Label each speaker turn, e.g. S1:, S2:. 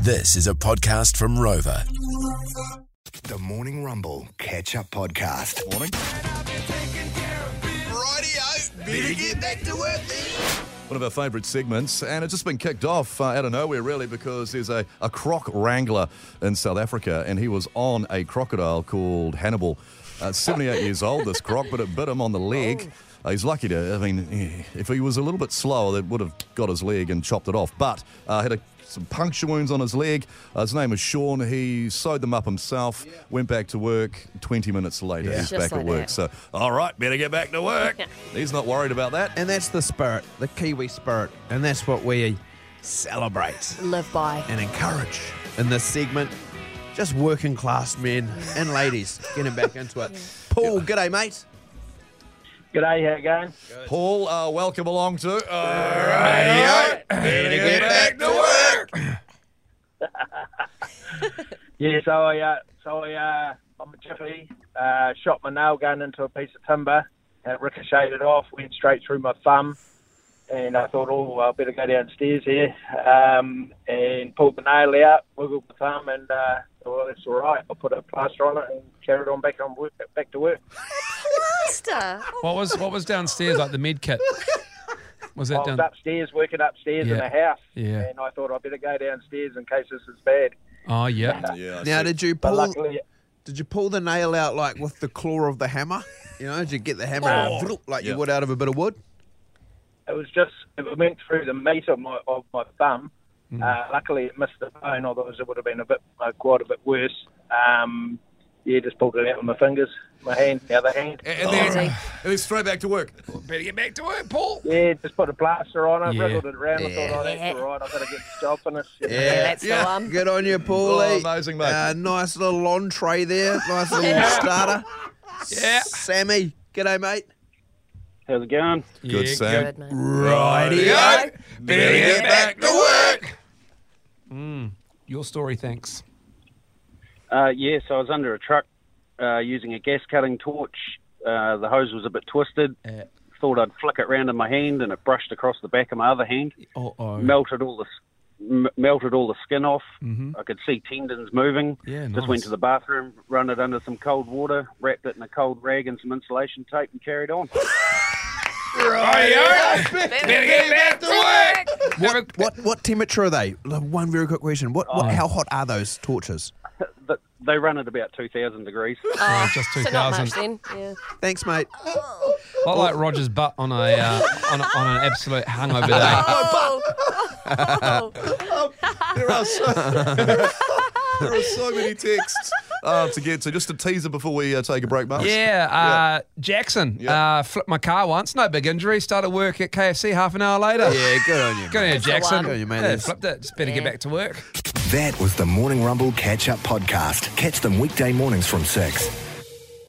S1: This is a podcast from Rover.
S2: The Morning Rumble Catch Up Podcast. Morning.
S3: Rightio, better get back to work then.
S4: One of our favourite segments, and it's just been kicked off uh, out of nowhere, really, because there's a, a croc wrangler in South Africa, and he was on a crocodile called Hannibal. Uh, 78 years old, this croc, but it bit him on the leg.
S5: Oh.
S4: Uh, he's lucky to, I mean, eh, if he was a little bit slower, that would have got his leg and chopped it off. But uh, had a, some puncture wounds on his leg. Uh, his name is Sean. He sewed them up himself, went back to work 20 minutes later. He's
S5: Just
S4: back
S5: like
S4: at work.
S5: that.
S4: So, all right, better get back to work. he's not worried about that.
S6: And that's the spirit, the Kiwi spirit. And that's what we celebrate
S5: live by.
S6: and encourage in this segment. Just working class men and ladies getting back into it. Paul, g'day, mate.
S7: G'day, how you going?
S4: Paul, uh, welcome along to. uh,
S7: Yeah, so I, uh, so I, uh, I'm a jiffy. Uh, shot my nail gun into a piece of timber, and it ricocheted off, went straight through my thumb, and I thought, oh, I better go downstairs here, um, and pulled the nail out, wiggled the thumb, and uh, well, it's all right. I put a plaster on it and carried on back on work, back to work.
S5: Master.
S8: What was what was downstairs like the med kit? Was
S4: Oh,
S7: I
S8: that
S7: was
S8: down?
S7: upstairs working upstairs in
S8: Yeah.
S7: the house,
S8: Yeah.
S7: and I thought I better go downstairs in case this is bad.
S8: Oh yeah.
S4: Yeah, I
S6: Now,
S4: see.
S6: did you
S7: But
S6: pull?
S7: luckily.
S6: Did you pull the nail out like with the claw of the hammer? You know, did you get the hammer and vroom, like
S4: Yeah.
S6: you would out of a bit of wood?
S7: it was just it went through the meat of my of my thumb.
S5: Mm.
S7: Uh, luckily, it missed the bone. Otherwise, it would have been a bit uh, quite a bit worse. Um, yeah, just pulled it out with my fingers, my hand, the other hand.
S4: And then, and then straight back to work.
S8: Better get back to work, Paul.
S7: Yeah, just put a plaster on it,
S8: Yeah.
S7: wriggled it around. I thought, oh,
S5: Yeah.
S7: that's all right. I've got to get this job finished.
S5: Yeah, that's
S4: Yeah.
S5: the one.
S6: Good on you, Paulie.
S4: Oh, amazing, mate.
S6: Uh, nice little entree there. Nice little starter.
S8: Yeah.
S6: Sammy, g'day, mate.
S7: How's it going?
S4: Good,
S8: yeah,
S4: Sam.
S5: Good, mate.
S4: Rightio. Better get back to work.
S8: Your story, thanks.
S9: Uh, yes, I was under a truck uh, using a gas cutting torch. Uh, the hose was a bit twisted.
S8: Yeah.
S9: Thought I'd flick it round in my hand, and it brushed across the back of my other hand.
S8: Oh oh.
S9: Melted all the s- m- melted all the skin off. I could see tendons moving.
S8: Mm-hmm. Yeah,
S9: Just
S8: nice.
S9: went to the bathroom, run it under some cold water, wrapped it in a cold rag and some insulation tape, and carried on.
S6: What, what what temperature are they? Like, One very quick question. What, what how hot are those torches?
S9: But they run at about two thousand degrees.
S8: Oh, just two
S5: So not much
S8: thousand.
S5: then. Yeah.
S6: Thanks, mate.
S8: Not like Roger's butt on a uh, on, a- on an absolute hungover day.
S5: Oh,
S4: There are so, there are so many texts uh, to get to. Just a teaser before we uh, take a break, Mark.
S8: Yeah, uh, Jackson
S4: Yeah.
S8: uh, flipped my car once. No big injury. Started work at KFC half an hour later.
S6: Yeah, good on you.
S8: Good on you,
S5: the
S8: Jackson.
S5: one. Good on
S6: you, mate.
S8: Yeah,
S6: That's-
S8: flipped it. Just better get
S5: Yeah.
S8: back to work.
S2: That was the Morning Rumble Catch Up Podcast. Catch them weekday mornings from 6.